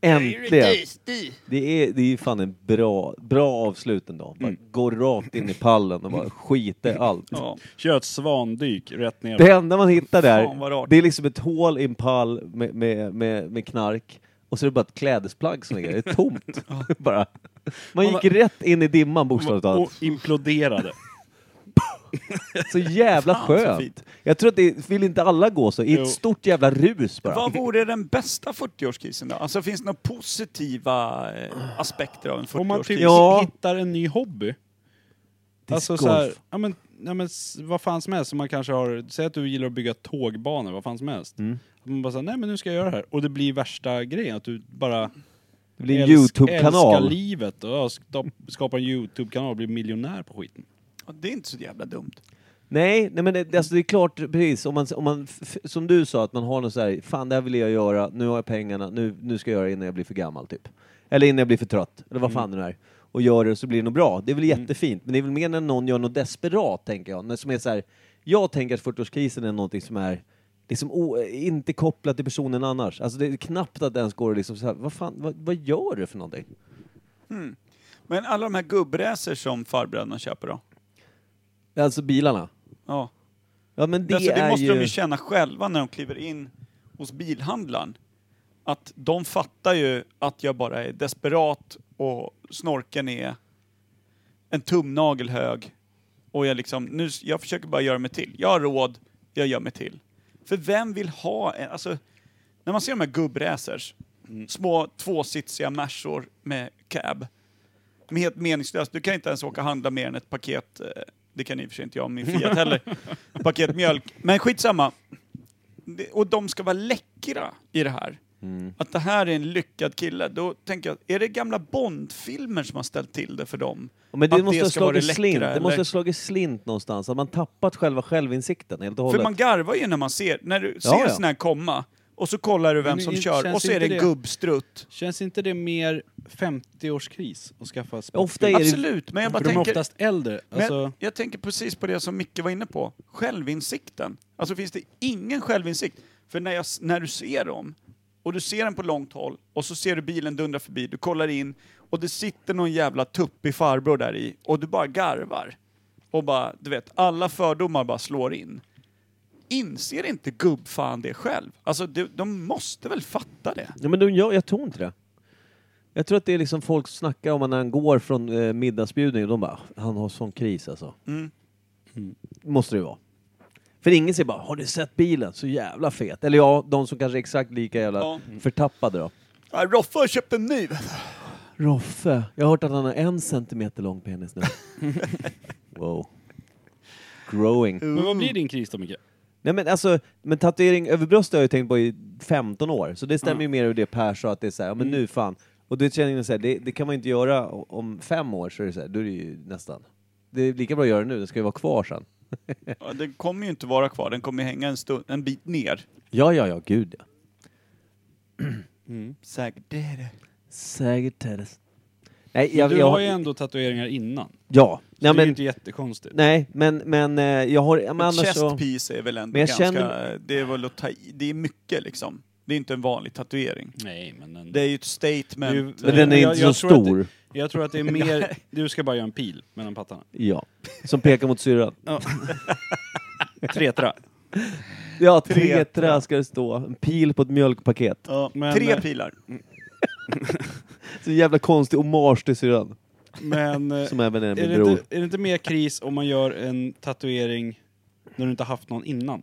Äntligen! Tasty. Det är, det är ju fan en bra, bra avslut ändå. Bara Gå rakt in i pallen och bara skita i allt. Mm. Ja. Kör ett svandyk rätt ner. Det enda man hittar Fan, vad där, rart. det är liksom ett hål i en pall med, med, med, med knark och så är det bara ett klädesplagg som ligger där. Det är tomt. bara. Man gick rätt in i dimman bokstavligt Och talat. imploderade. Så jävla Fan, så skönt. fint. Jag tror att det vill inte alla gå så, i Jo. ett stort jävla rus bara. Vad vore den bästa 40-årskrisen då? Alltså finns det några positiva eh, aspekter av en Om man typ 40-årskris? Ja. hittar en ny hobby. Det är Alltså golf. så här, ja men, ja, men s- vad fan som helst. Om Man kanske har, säg att du gillar att bygga tågbanor, vad fan som helst. Mm. Att Man bara säger nej men nu ska jag göra det här. Och det blir värsta grejen, att du bara Det blir en älsk- älskar Youtube-kanal. livet och ja, sta- skapar en Youtube-kanal och blir miljonär på skiten. Ja, Det är inte så jävla dumt. Nej, nej men det, alltså det är klart, precis, om man, om man, f- f- som du sa, att man har något så här, fan det här vill jag göra, nu har jag pengarna, nu, nu ska jag göra det innan jag blir för gammal typ. Eller innan jag blir för trött, eller Mm. vad fan det nu är. Och gör det så blir det nog bra. Det är väl jättefint, men det är väl mer när någon gör något desperat, tänker jag. När, som är så här, jag tänker att 40-årskrisen är någonting som är liksom o, inte kopplat till personen annars. Alltså det är knappt att det ens går att liksom så här, vad fan, vad, vad gör du för någonting? Men alla de här gubbräser som farbröderna köper då? Alltså bilarna. Ja. Ja men det, Det, alltså, det är måste ju... de ju känna själva när de kliver in hos bilhandlaren. Att de fattar ju att jag bara är desperat och snorken är en tumnagel hög. Och jag liksom, nu, jag försöker bara göra mig till. Jag har råd, jag gör mig till. För vem vill ha en, alltså, när man ser de här gubbräsers, Mm. små tvåsitsiga märsor med cab. De är helt meningslöst. Du kan inte ens åka och handla mer än ett paket, eh, det kan i och för sig inte jag och min Fiat heller, paket mjölk. Men skitsamma. Det- Och de ska vara läckra i det här. Mm. Att det här är en lyckad kille. Då tänker jag, är det gamla Bondfilmer som har ställt till det för dem? Men det Att måste ha ska vara slagit slint. läckra, Det måste eller? ha slagit slint någonstans. Att man tappat själva självinsikten helt och För hållet. man garvar ju när man ser, när du ser Ja, ja. sån här komma och så kollar du vem Men som det kör känns och så är det inte en det. gubbstrutt. Känns inte det mer 50-årskris att skaffa sportbil? Ofta är det... Absolut, men jag bara För de är tänker... oftast äldre. Men Alltså, jag tänker precis på det som Micke var inne på. Självinsikten. Alltså finns det ingen självinsikt? För när, jag, s- när du ser dem, och du ser den på långt håll, och så ser du bilen dundra förbi, du kollar in, och det sitter någon jävla tuppig farbror där i, och du bara garvar. Och bara, du vet, alla fördomar bara slår in. Inser inte gubbfan det själv? Alltså, de, de måste väl fatta det? Ja, men de gör, jag tror inte det. Jag tror att det är liksom folk som snackar om när han går från eh, middagsbjudningen och de bara, han har sån kris alltså. Mm. Mm. Måste det ju vara. För ingen säger bara, har du sett bilen? Så jävla fet. Eller ja, de som kanske är exakt lika jävla Ja. förtappade då. Ja, Roffe har köpt en ny! Roffe, jag har hört att han har en centimeter lång penis nu. wow. Growing. Men vad blir din kris då Micke? Nej men alltså, men tatuering över bröstet har jag ju tänkt på i 15 år, så det stämmer ju mer över det Per sa, att det är såhär, ja men nu fan. Och det känner jag såhär, det, det kan man ju inte göra o- om fem år, så är det såhär, då är det ju nästan. Det är lika bra att göra det nu, den ska ju vara kvar sen. Ja, den kommer ju inte vara kvar, den kommer ju hänga en, stund, en bit ner. Ja, ja, ja, gud ja. Säkert det är det. Säkert är det. Nej, jag, Du jag, har ju ändå tatueringar innan. Ja. Så Nej det är ju men, inte jättekonstigt. nej, men, men eh, jag har, ja, men Men annars chest så... piece är väl ändå Men jag ganska... känner- Det är väl att ta i, Det är mycket liksom. Det är inte en vanlig tatuering. Nej, men en... Det är ju ett statement. Det Men den är Jag- inte jag så tror att det- stor. Jag tror att det är mer... Du ska bara göra en pil mellan pattarna. Ja. Som pekar mot syrran. Tretra. Ja, tetra ska det stå. En pil på ett mjölkpaket. Ja, Men- eh, eh, tre pilar. Mm. Så jävla konstig hommage till syrran. Men... eh, Som även är är, min det bror. inte, är det inte mer kris om man gör en tatuering när du inte haft någon innan?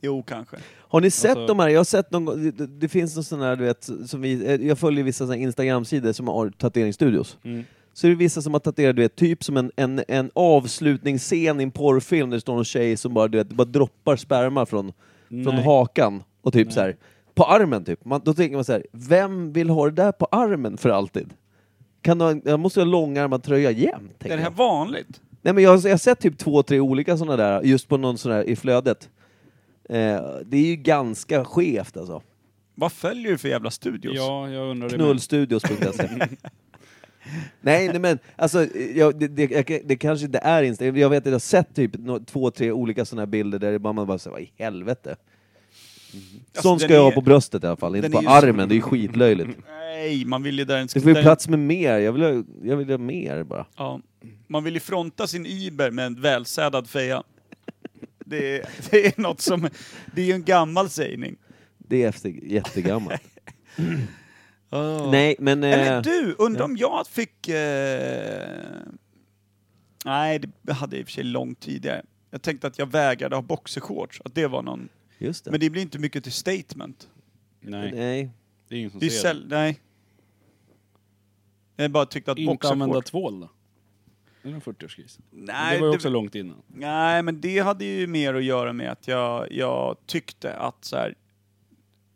Jo, kanske. Har ni sett Alltså- de här? Jag har sett någon gång- det, det finns någon sån här, du vet, som vi, eh, jag följer vissa såna här Instagram-sidor som har tatueringsstudios. Mm. Så är det vissa som har tatuerat, du vet, typ som en, en, en avslutningsscen i en porrfilm där det står någon tjej som bara, du vet, bara droppar sperma från, från Nej. hakan och typ så här på armen typ. Man, då tänker man så här, vem vill ha det där på armen för alltid? Kan du, ha en- jag måste ha en långärmad tröja jämt. Är tänker det här jag. vanligt? Nej, men jag, har- jag har sett typ två, tre olika sådana där, just på någon sån här i flödet. Eh, det är ju ganska skevt alltså. Vad följer du för jävla studios? Ja, jag undrar det. med. Knullstudios.se. nej, nej men alltså, jag, det, det, jag, det kanske inte är Instagram. Jag vet att jag har sett typ nå- två, tre olika sådana här bilder där man bara säger vad i helvete? Alltså, Sån den ska jag ha är- på bröstet i alla fall, inte den på är ju så- armen, det är ju skitlöjligt. Nej, man vill ju där den Det ska... får ju Där, plats med mer, jag vill ha, jag vill ha mer bara. ja. Man vill ju fronta sin Iber med en välsädad feja. Det är, det är något som... Det är ju en gammal sägning. Det är efter, jättegammalt. Oh. Nej men... Eh, Eller du, undrar om jag fick... Eh... Nej, det hade jag i och för sig långt tidigare. Jag tänkte att jag vägrade ha boxershorts, att det var någon... just det. Men det blir inte mycket till statement. Nej, nej. det är ingen som Det är ser det. säll... Nej. Jag bara tyckte att Inte använda boxershorts... tvål då? Det är en 40-årskris. Nej, det var ju också långt innan. nej, men det hade ju mer att göra med att jag, jag tyckte att så här,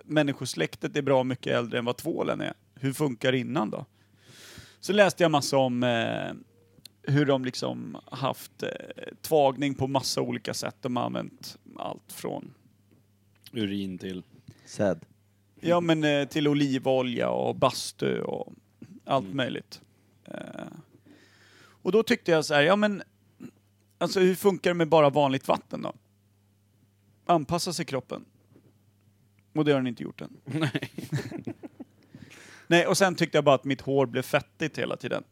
människosläktet är bra mycket äldre än vad tvålen är. Hur funkar det innan då? Så läste jag massa om eh, hur de liksom haft eh, tvagning på massa olika sätt. De har använt allt från Urin till... Sad. ja, men, eh, till olivolja och bastu och allt möjligt. Eh, och då tyckte jag så här, ja men alltså hur funkar det med bara vanligt vatten då? Anpassa sig kroppen. Och det har den inte gjort än. Nej. Nej, och sen tyckte jag bara att mitt hår blev fettigt hela tiden.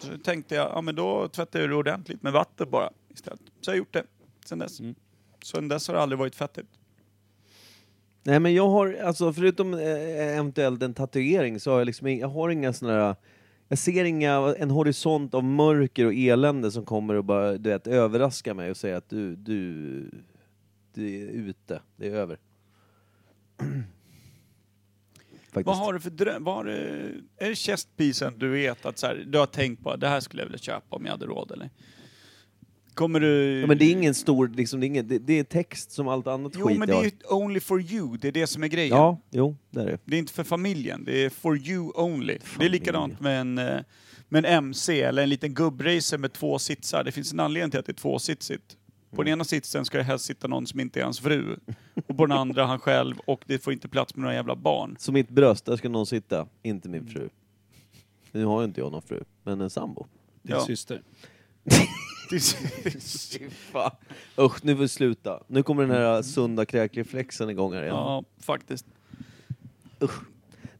Så tänkte jag, ja men då tvättar jag det ordentligt med vatten bara istället. Så jag har gjort det sen dess. Sen dess har det aldrig varit fettigt. Nej men jag har, alltså förutom eh, eventuellt en tatuering så har jag liksom ing- jag har inga såna där, jag ser inga, en horisont av mörker och elände som kommer och bara, du vet, överraska mig och säga att du, du, du är ute, det är över. Faktiskt. Vad har du för dröm? Vad har du, är det chestpisen du vet att så här, du har tänkt på det här skulle jag vilja köpa om jag hade råd eller? Kommer du... ja, men det är ingen stor, liksom, det, är ingen, det, det är text som allt annat Jo skit men det jag är har. ju only for you, det är det som är grejen. Ja, jo, det är det. Det är inte för familjen, det är for you only. Det är likadant med en, eh, med en MC eller en liten gubbracer med två sitsar. Det finns en anledning till att det är tvåsitsigt. På Mm. den ena sitsen ska det helst sitta någon som inte är hans fru. Och på den andra han själv och det får inte plats med några jävla barn. Så mitt bröst, där ska någon sitta, inte min fru. Nu har ju inte jag någon fru, men en sambo. Din Ja. syster. Fan. Usch, nu får vi sluta. Nu kommer den här sunda kräkreflexen igång här igen. Ja, faktiskt.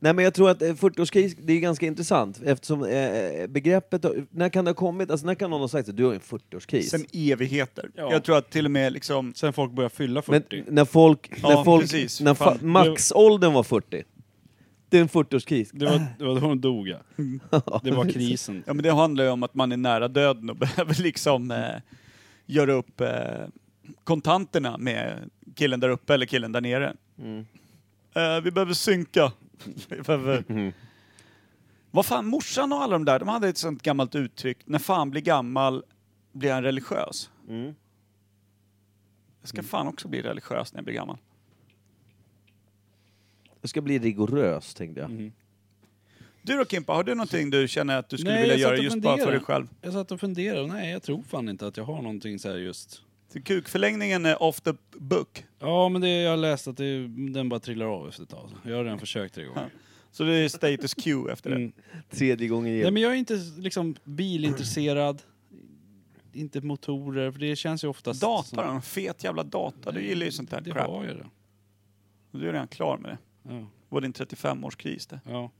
Nej men jag tror att eh, 40-årskris, det är ganska intressant eftersom eh, begreppet, när kan det ha kommit, alltså när kan någon ha sagt att du har en 40-årskris? Sen evigheter. Ja. Jag tror att till och med liksom... Sen folk börjar fylla men 40. när folk, Ja, när folk, precis. när fa- Fan. maxåldern var 40. Det är en 40-årskris. Det, var, det var då de dog ja. Det var krisen. Ja men det handlar ju om att man är nära döden och behöver liksom eh, göra upp eh, kontanterna med killen där uppe eller killen där nere. Eh, vi behöver synka. vi behöver... Vad fan, morsan och alla de där, de hade ett sånt gammalt uttryck. När fan blir gammal blir han religiös. Jag ska fan också bli religiös när jag blir gammal. Jag ska bli rigorös tänkte jag. Mhm. Du då Kimpa, har du någonting du känner att du skulle Nej, vilja jag göra satt och just bara för dig funderade. själv? Jag satt och funderade. Nej, jag tror fan inte att jag har någonting så här just... Så Kukförlängningen är off the book. Ja, men det, jag har läst att det, den bara trillar av efter ett tag. Jag har redan försökt tre gånger. Så det är status quo efter det. Mm. Tredje gången Nej, gillt. men jag är inte liksom bilintresserad. Inte motorer, för det känns ju oftast... Data som- då? en Fet jävla data. Du gillar ju sånt där Det crap. har jag det. Du är redan klar med det. Ja. Det var din 35-årskris det. ja.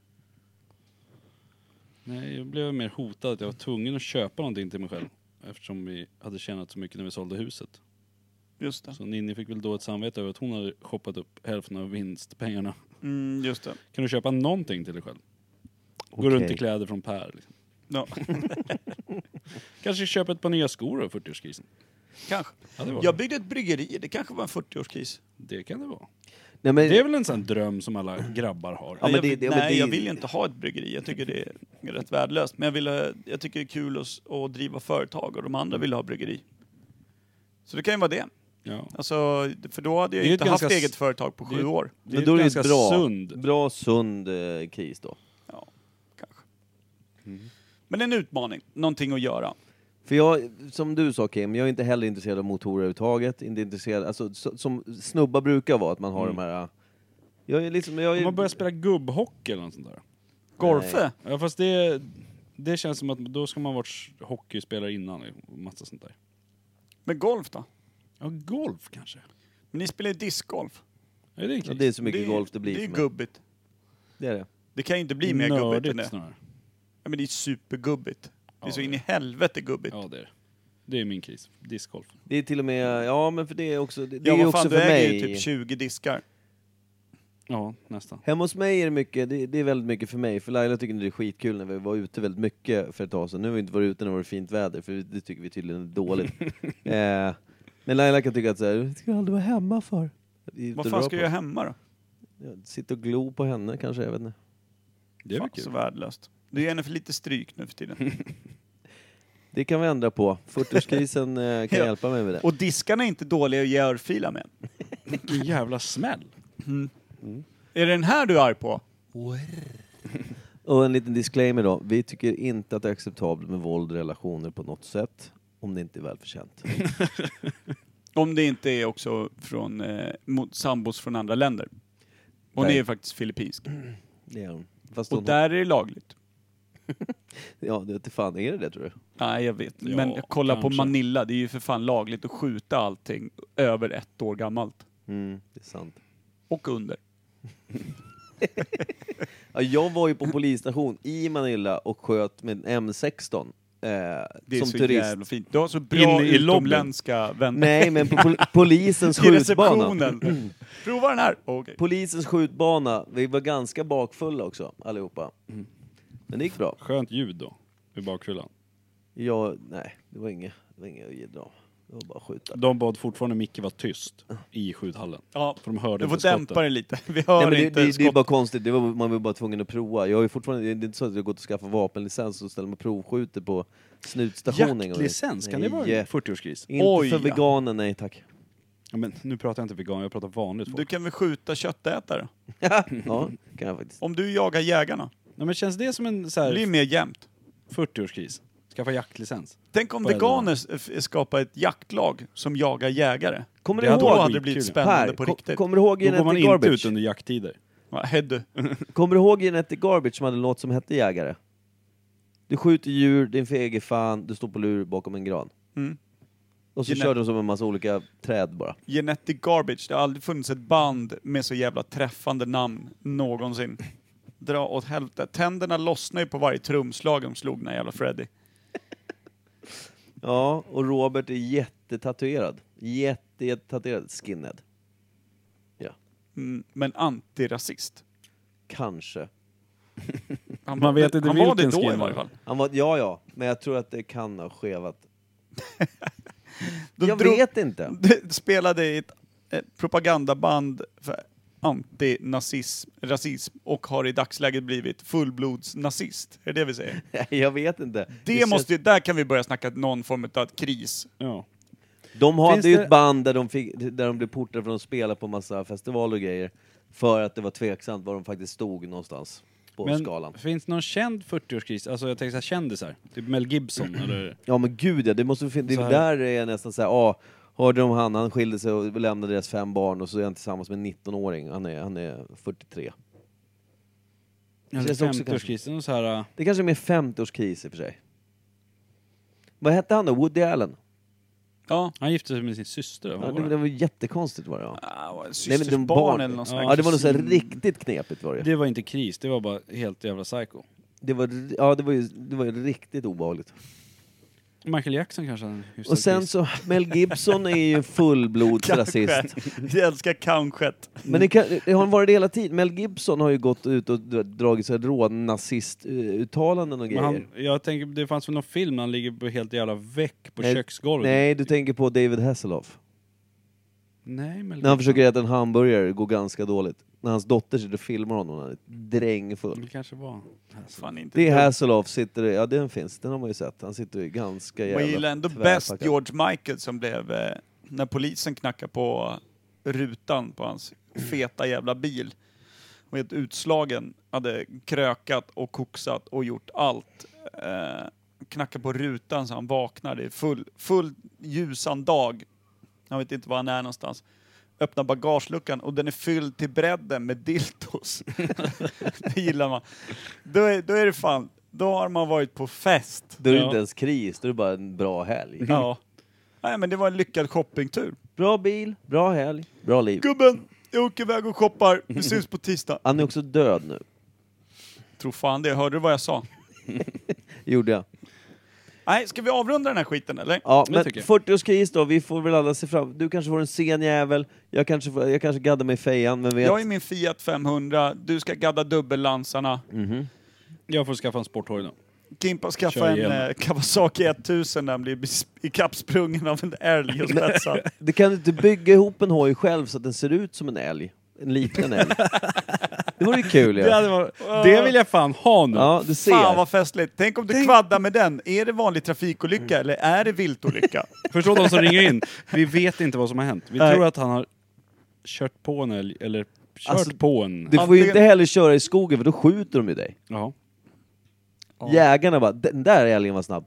Nej, jag blev mer hotad att jag var tvungen att köpa någonting till mig själv. Eftersom vi hade tjänat så mycket när vi sålde huset. Just det. Så Ninni fick väl då ett samvete över att hon hade shoppat upp hälften av vinstpengarna. Mm, just det. Kan du köpa någonting till dig själv? Gå Okej. runt i kläder från Per. Liksom. Ja, Kanske köpa ett par nya skor av 40-årskrisen. kanske. Ja, det var Jag byggde ett bryggeri. Det kanske var en 40-årskris. Det kan det vara. Nej, men, Det är väl en sån dröm som alla grabbar har. Ja, men jag, det- vill- det- ja, men nej, det- jag vill ju inte ha ett bryggeri. Jag tycker det är rätt värdelöst. Men jag, vill, eh, jag tycker det är kul att, s- att driva företag och de andra vill ha bryggeri. Så det kan ju vara det. Ja. Alltså, för då hade jag Det är ju inte ett haft ganska s- eget företag på det sju är- år. Det men är då är det ganska ett bra, sund. bra sund eh, kris då. Ja, kanske. Mm. Men en utmaning, någonting att göra. För jag, som du sa Kim, jag är inte heller intresserad av motorer överhuvudtaget. Inte intresserad, alltså, så, som snubbar brukar vara, att man har Mm. de här... eh, Jag är liksom, jag Om är, man börjar spela gubbhockey eller något sånt där. Gorfe, Ja, fast det, det känns som att då ska man ha varit hockeyspelare innan. liksom, Och massa sånt där. med golf då? Ja, golf kanske? Men ni spelar ju discgolf. Är det en ja, kris? det är så mycket golf det blir Det är ju för mig. gubbigt. Det är det. Det kan ju inte bli mer gubbigt än Nördigt det. snarare. Ja, men det är supergubbigt. Det är Ja, så det in i är- helvete gubbigt. Ja, det är det. Det är min kris. Discgolf. Det är till och med, ja men för det är också, det, det Ja, är ju vad också fan, för du äger mig. ju typ 20 diskar. Ja, nästan. Hemma hos mig är det mycket, det, det är väldigt mycket för mig, för Laila tycker inte det är skitkul när vi var ute väldigt mycket för ett tag sedan. Nu har vi inte varit ute när det var fint väder, för det tycker vi tydligen är dåligt. eh, men Laila kan tycka att såhär, ska jag aldrig vara hemma för? Det är Vad inte bra fan ska på. jag göra hemma då? Ja, Sitta och glo på henne kanske, jag vet inte. Det är väl Fan, kul. så värdelöst. Du ger henne för lite stryk nu för tiden. Det kan vi ändra på. 40-årskrisen eh, kan Ja. hjälpa mig med det. Och diskarna är inte dåliga att ge örfilar med. Vilken jävla smäll! Är det den här du är arg på? Och en liten disclaimer då. Vi tycker inte att det är acceptabelt med våld i relationer på något sätt. Om det inte är välförtjänt. Om det inte är också från eh, mot sambos från andra länder. Nej. Hon Mm. är ju faktiskt filippinsk. Det är hon. Fast Och hon, där är det lagligt. ja, det vete fan är det det tror du? Nej, jag vet. Ja, Men kolla på kanske. Manila, det är ju för fan lagligt att skjuta allting över ett år gammalt. Mm, det är sant. Och under. Ja, jag var ju på polisstation i Manila och sköt med en M16. Eh, Det är som så turist. jävla fint. Du har så bra In i lobbyn. utomländska vänner. Nej, men på pol polisens I skjutbana. receptionen. Prova den här. Okej. Polisens skjutbana. Vi var ganska bakfulla också, allihopa. Mm. Men det gick bra. Skönt ljud då, i bakfyllan. Ja, nej, det var inget, det var inget att jiddra om. Det var bara att skjuta. De bad fortfarande Micke vara tyst i skjuthallen. Ja, För de hörde du får inte skotten. dämpa det lite. Vi hör Nej, men det, inte det, det är skott. bara konstigt, det var, man var bara tvungen att prova. Jag har ju fortfarande, det är inte så att jag har gått och skaffat vapenlicens och ställer mig och provskjuter på snutstation en gång. Jaktlicens, kan det vara Nej, en 40-årskris? Inte Oj, för ja. veganer, nej tack. Ja, men nu pratar jag inte vegan, jag pratar vanligt Du folk. kan väl skjuta köttätare? ja, kan jag faktiskt. Om du jagar jägarna, Nej, men känns det som en så det här blir mer jämnt. 40-årskris? Skaffa jaktlicens? Tänk om På äldre veganer s- f- skapar ett jaktlag som jagar jägare. Kommer Det du hade Då varit ihåg, hade det blivit skitkul. spännande Per, på kom, riktigt. kommer du ihåg Då går man Genetic inte Garbage? ut under jakttider. Ja, Heddu. Kommer du ihåg Genetic Garbage som hade en låt som hette Jägare? Du skjuter djur, din fege fan, du står på lur bakom en gran. Mm. Och så Genet- kör de som en massa olika träd bara. Genetic Garbage. Det har aldrig funnits ett band med så jävla träffande namn någonsin. Dra åt helvete. Tänderna lossnade ju på varje trumslag de slog när jävla Freddy. Ja, och Robert är jättetatuerad. Jätte, jättetatuerad. Skinhead. Mm, men antirasist. Kanske. Han, Man vet inte han var det vilken då i skin varje det var. fall. Han var, ja, ja, men jag tror att det kan ha skevat. De jag drog- vet inte. de spelade i ett eh, propagandaband för antinazism, rasism och har i dagsläget blivit fullblodsnazist. Är det det vi säger? jag vet inte. Det känns- måste ju, där kan vi börja snacka någon form av kris. Ja. De Finns hade ju det- ett band där de, fick, där de blev portade från att spela på massa festivaler och grejer. För att det var tveksamt var de faktiskt stod någonstans på Men skalan. finns det någon känd 40-årskris? Alltså jag tänker så här kändisar. Typ Mel Gibson eller... Ja men gud ja, det måste finnas. Så Det här- där är jag nästan såhär, ah, hörde de han, han skilde sig och lämnade deras fem barn och så är han tillsammans med en 19-åring. Han är, han är 43. Eller Känns det också 50-årskrisen och så här... äh, Det kanske är mer 50-årskris i och för sig. Vad hette han då? Woody Allen? Ja. Han gifte sig med sin syster, Ja, vad var det, det? det var jättekonstigt var det ja. Ah, Nej, men de Systers barn eller något sånt. Mm. Ja det var något såhär Kusin. riktigt knepigt var det ju. det var inte kris, det var bara helt jävla psycho. Det var, ja, det var ju det var ju riktigt obehagligt. Michael Jackson kanske hade en hyfsad Och sen kris. så, Mel Gibson är ju en fullblodsrasist. Jag älskar kanske. Men det, kan, det har han varit det hela tiden. Mel Gibson har ju gått ut och dra- dragit sig rånazist-uttalanden och Men grejer. han, jag tänker, det fanns väl någon film när han ligger på helt jävla väck på Nej, köksgolvet? Nej, du tänker på David Hasselhoff. Nej, men... När han försöker äta en hamburgare, det går ganska dåligt. När hans dotter sitter och filmar honom, han är drängfull. Det kanske var... Alltså, Fan, inte Det är dumt. Hasselhoff sitter, ja den finns, den har man ju sett. Han sitter ju ganska jävla Man gillar ändå bäst tvärpackad. George Michael som blev, eh, när polisen knackade på rutan på hans feta jävla bil. Och helt utslagen, hade krökat och koksat och gjort allt. Eh, knackade på rutan så han vaknade i full, full ljusan dag. Han vet inte var han är någonstans. Öppnar bagageluckan och den är fylld till bredden med dildos. det gillar man. Då är, då är det fan, då har man varit på fest. Då är det Ja. inte ens kris, då är det bara en bra helg. Ja. Mm. Nej men det var en lyckad shoppingtur. Bra bil, bra helg, bra liv. Gubben, jag åker iväg och shoppar. Mm. Vi ses på tisdag. Han är också död nu. Tro fan det, hörde du vad jag sa? Gjorde jag. Nej, ska vi avrunda den här skiten eller? Ja, Det men tycker jag. 40-årskris då, vi får väl alla se fram Du kanske får en sen jävel, jag kanske, får, jag kanske gaddar mig i fejan, vem vet? Jag är min Fiat 500, du ska gadda dubbellandsarna. Mm. Jag får skaffa en sporthoj då. Kimpa skaffa Kör en igen. eh, Kawasaki 1000 när han blir bes- ikappsprungen av en älg och spetsad. Det kan du inte bygga ihop en hoj själv så att den ser ut som en älg? En liten älg. Det vore ju kul ju. Det, hade varit, det vill jag fan ha nu! Ja, du Fan ser. vad festligt. Tänk om du kvaddar med den. Är det vanlig Mm. trafikolycka eller är det viltolycka? Förstå de som ringer in. Vi vet inte vad som har hänt. Vi Nej. tror att han har kört på en älg, eller kört Alltså, på en... Du får ju inte heller köra i skogen för då skjuter de ju dig. Ja. Jägarna bara, den där älgen var snabb.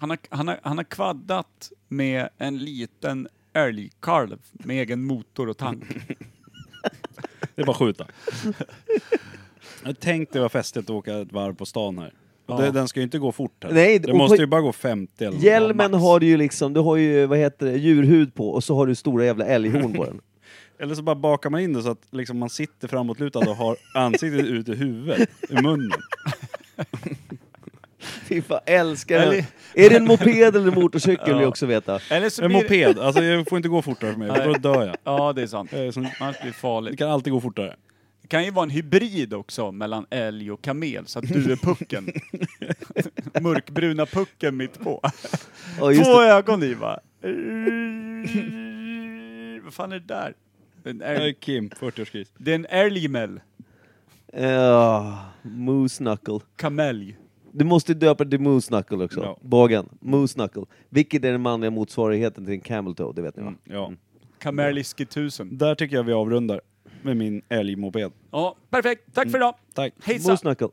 Han har, han, har, han har kvaddat med en liten älgkalv med egen motor och tank. Det är bara att skjuta. Jag tänkte det var festligt att åka ett varv på stan här. Och det, den ska ju inte gå fort här. Nej, och det på- måste ju bara gå 50 eller något. Hjälmen max. har du ju liksom, du har ju vad heter det, djurhud på och så har du stora jävla älghorn på den. Eller så bara bakar man in det så att liksom man sitter framåtlutad och har ansiktet ut i huvudet, i munnen. Fy fan, älskar den. Älg- Är det en moped eller en motorcykel vill jag också veta. Eller så En blir det- moped, alltså jag får inte gå fortare för mig, för då dör jag. Ja, det är sant. jag. är sån- Annars blir det Det farligt. kan alltid gå fortare. Det kan ju vara en hybrid också mellan älg och kamel, så att du är pucken. Mörkbruna pucken mitt på. Ja, just Två det. ögon i va? Vad fan är det där? En Jag är älg. Kim, 40-årskris. Det är en älgmel. Ja, moose knuckle. Kamelj. Du måste döpa det till moose knuckle också. Ja. Bågen. Moose knuckle. Vilket är den manliga motsvarigheten till en camel toe, det vet ni va? Ja. Mm. Kamelski 1000. Där tycker jag vi avrundar med min älgmoped. Ja, perfekt. Tack för idag. Tack. Hejsan. Moose knuckle.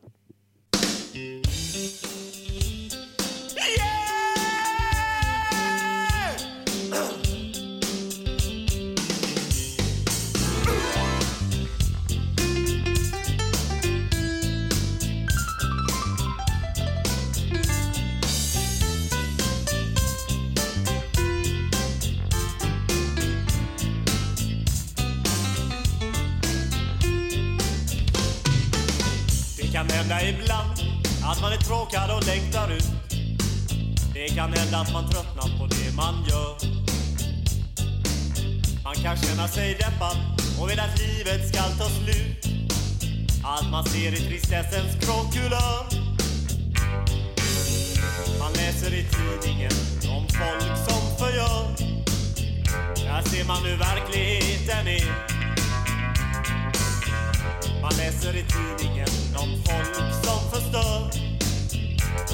Det kan hända ibland att man är tråkad och längtar ut. Det kan hända att man tröttnat på det man gör. Man kan känna sig deppad och vill att livet ska ta slut. Allt man ser är tristessens kråkulör. Man läser i tidningen om folk som förgör. Där ser man hur verkligheten är. Man läser i tidningen om folk som förstör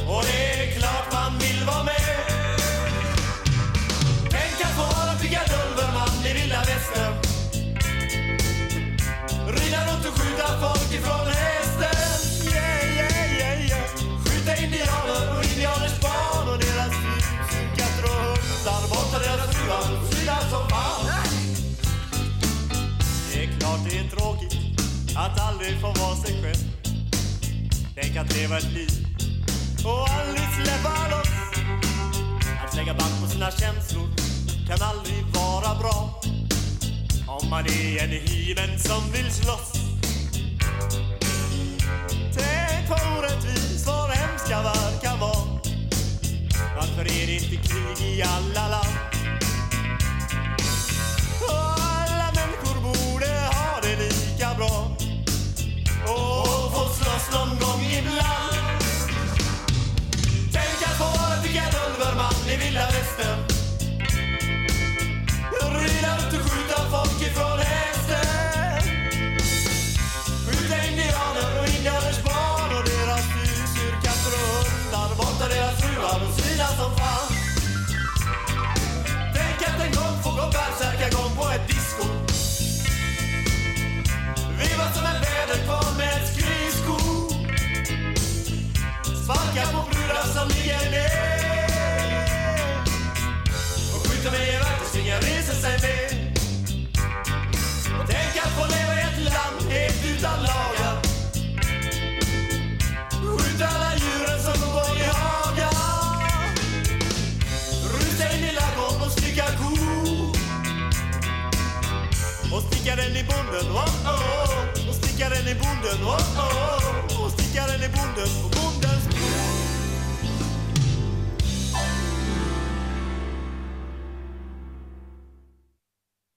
Och det är klart man vill vara med Tänka på att bygga Dunderman i vilda västern Rida runt och skjuta folk ifrån hästen yeah, yeah, yeah, yeah. Skjuta indianer och indianers barn och deras hus Katter och hundar, borta deras fruar, flyga som fan det är klart det är tråkigt att aldrig få vara sig själv. Tänk att leva ett liv och aldrig släppa loss. Att lägga band på sina känslor kan aldrig vara bra. Om man är en hyven som vill slåss. Tänk vad orättvis vår hemska värld kan vara. Varför är det inte krig i alla land? Och alla människor borde ha det lika bra och få slåss någon gång ibland. Tänka på att bygga en Ulverman i vilda västern. Rida ut och skjuta stickaren i bonden, oh oh. Och stickaren i bonden, oh oh. Och stickaren i bonden, och bonden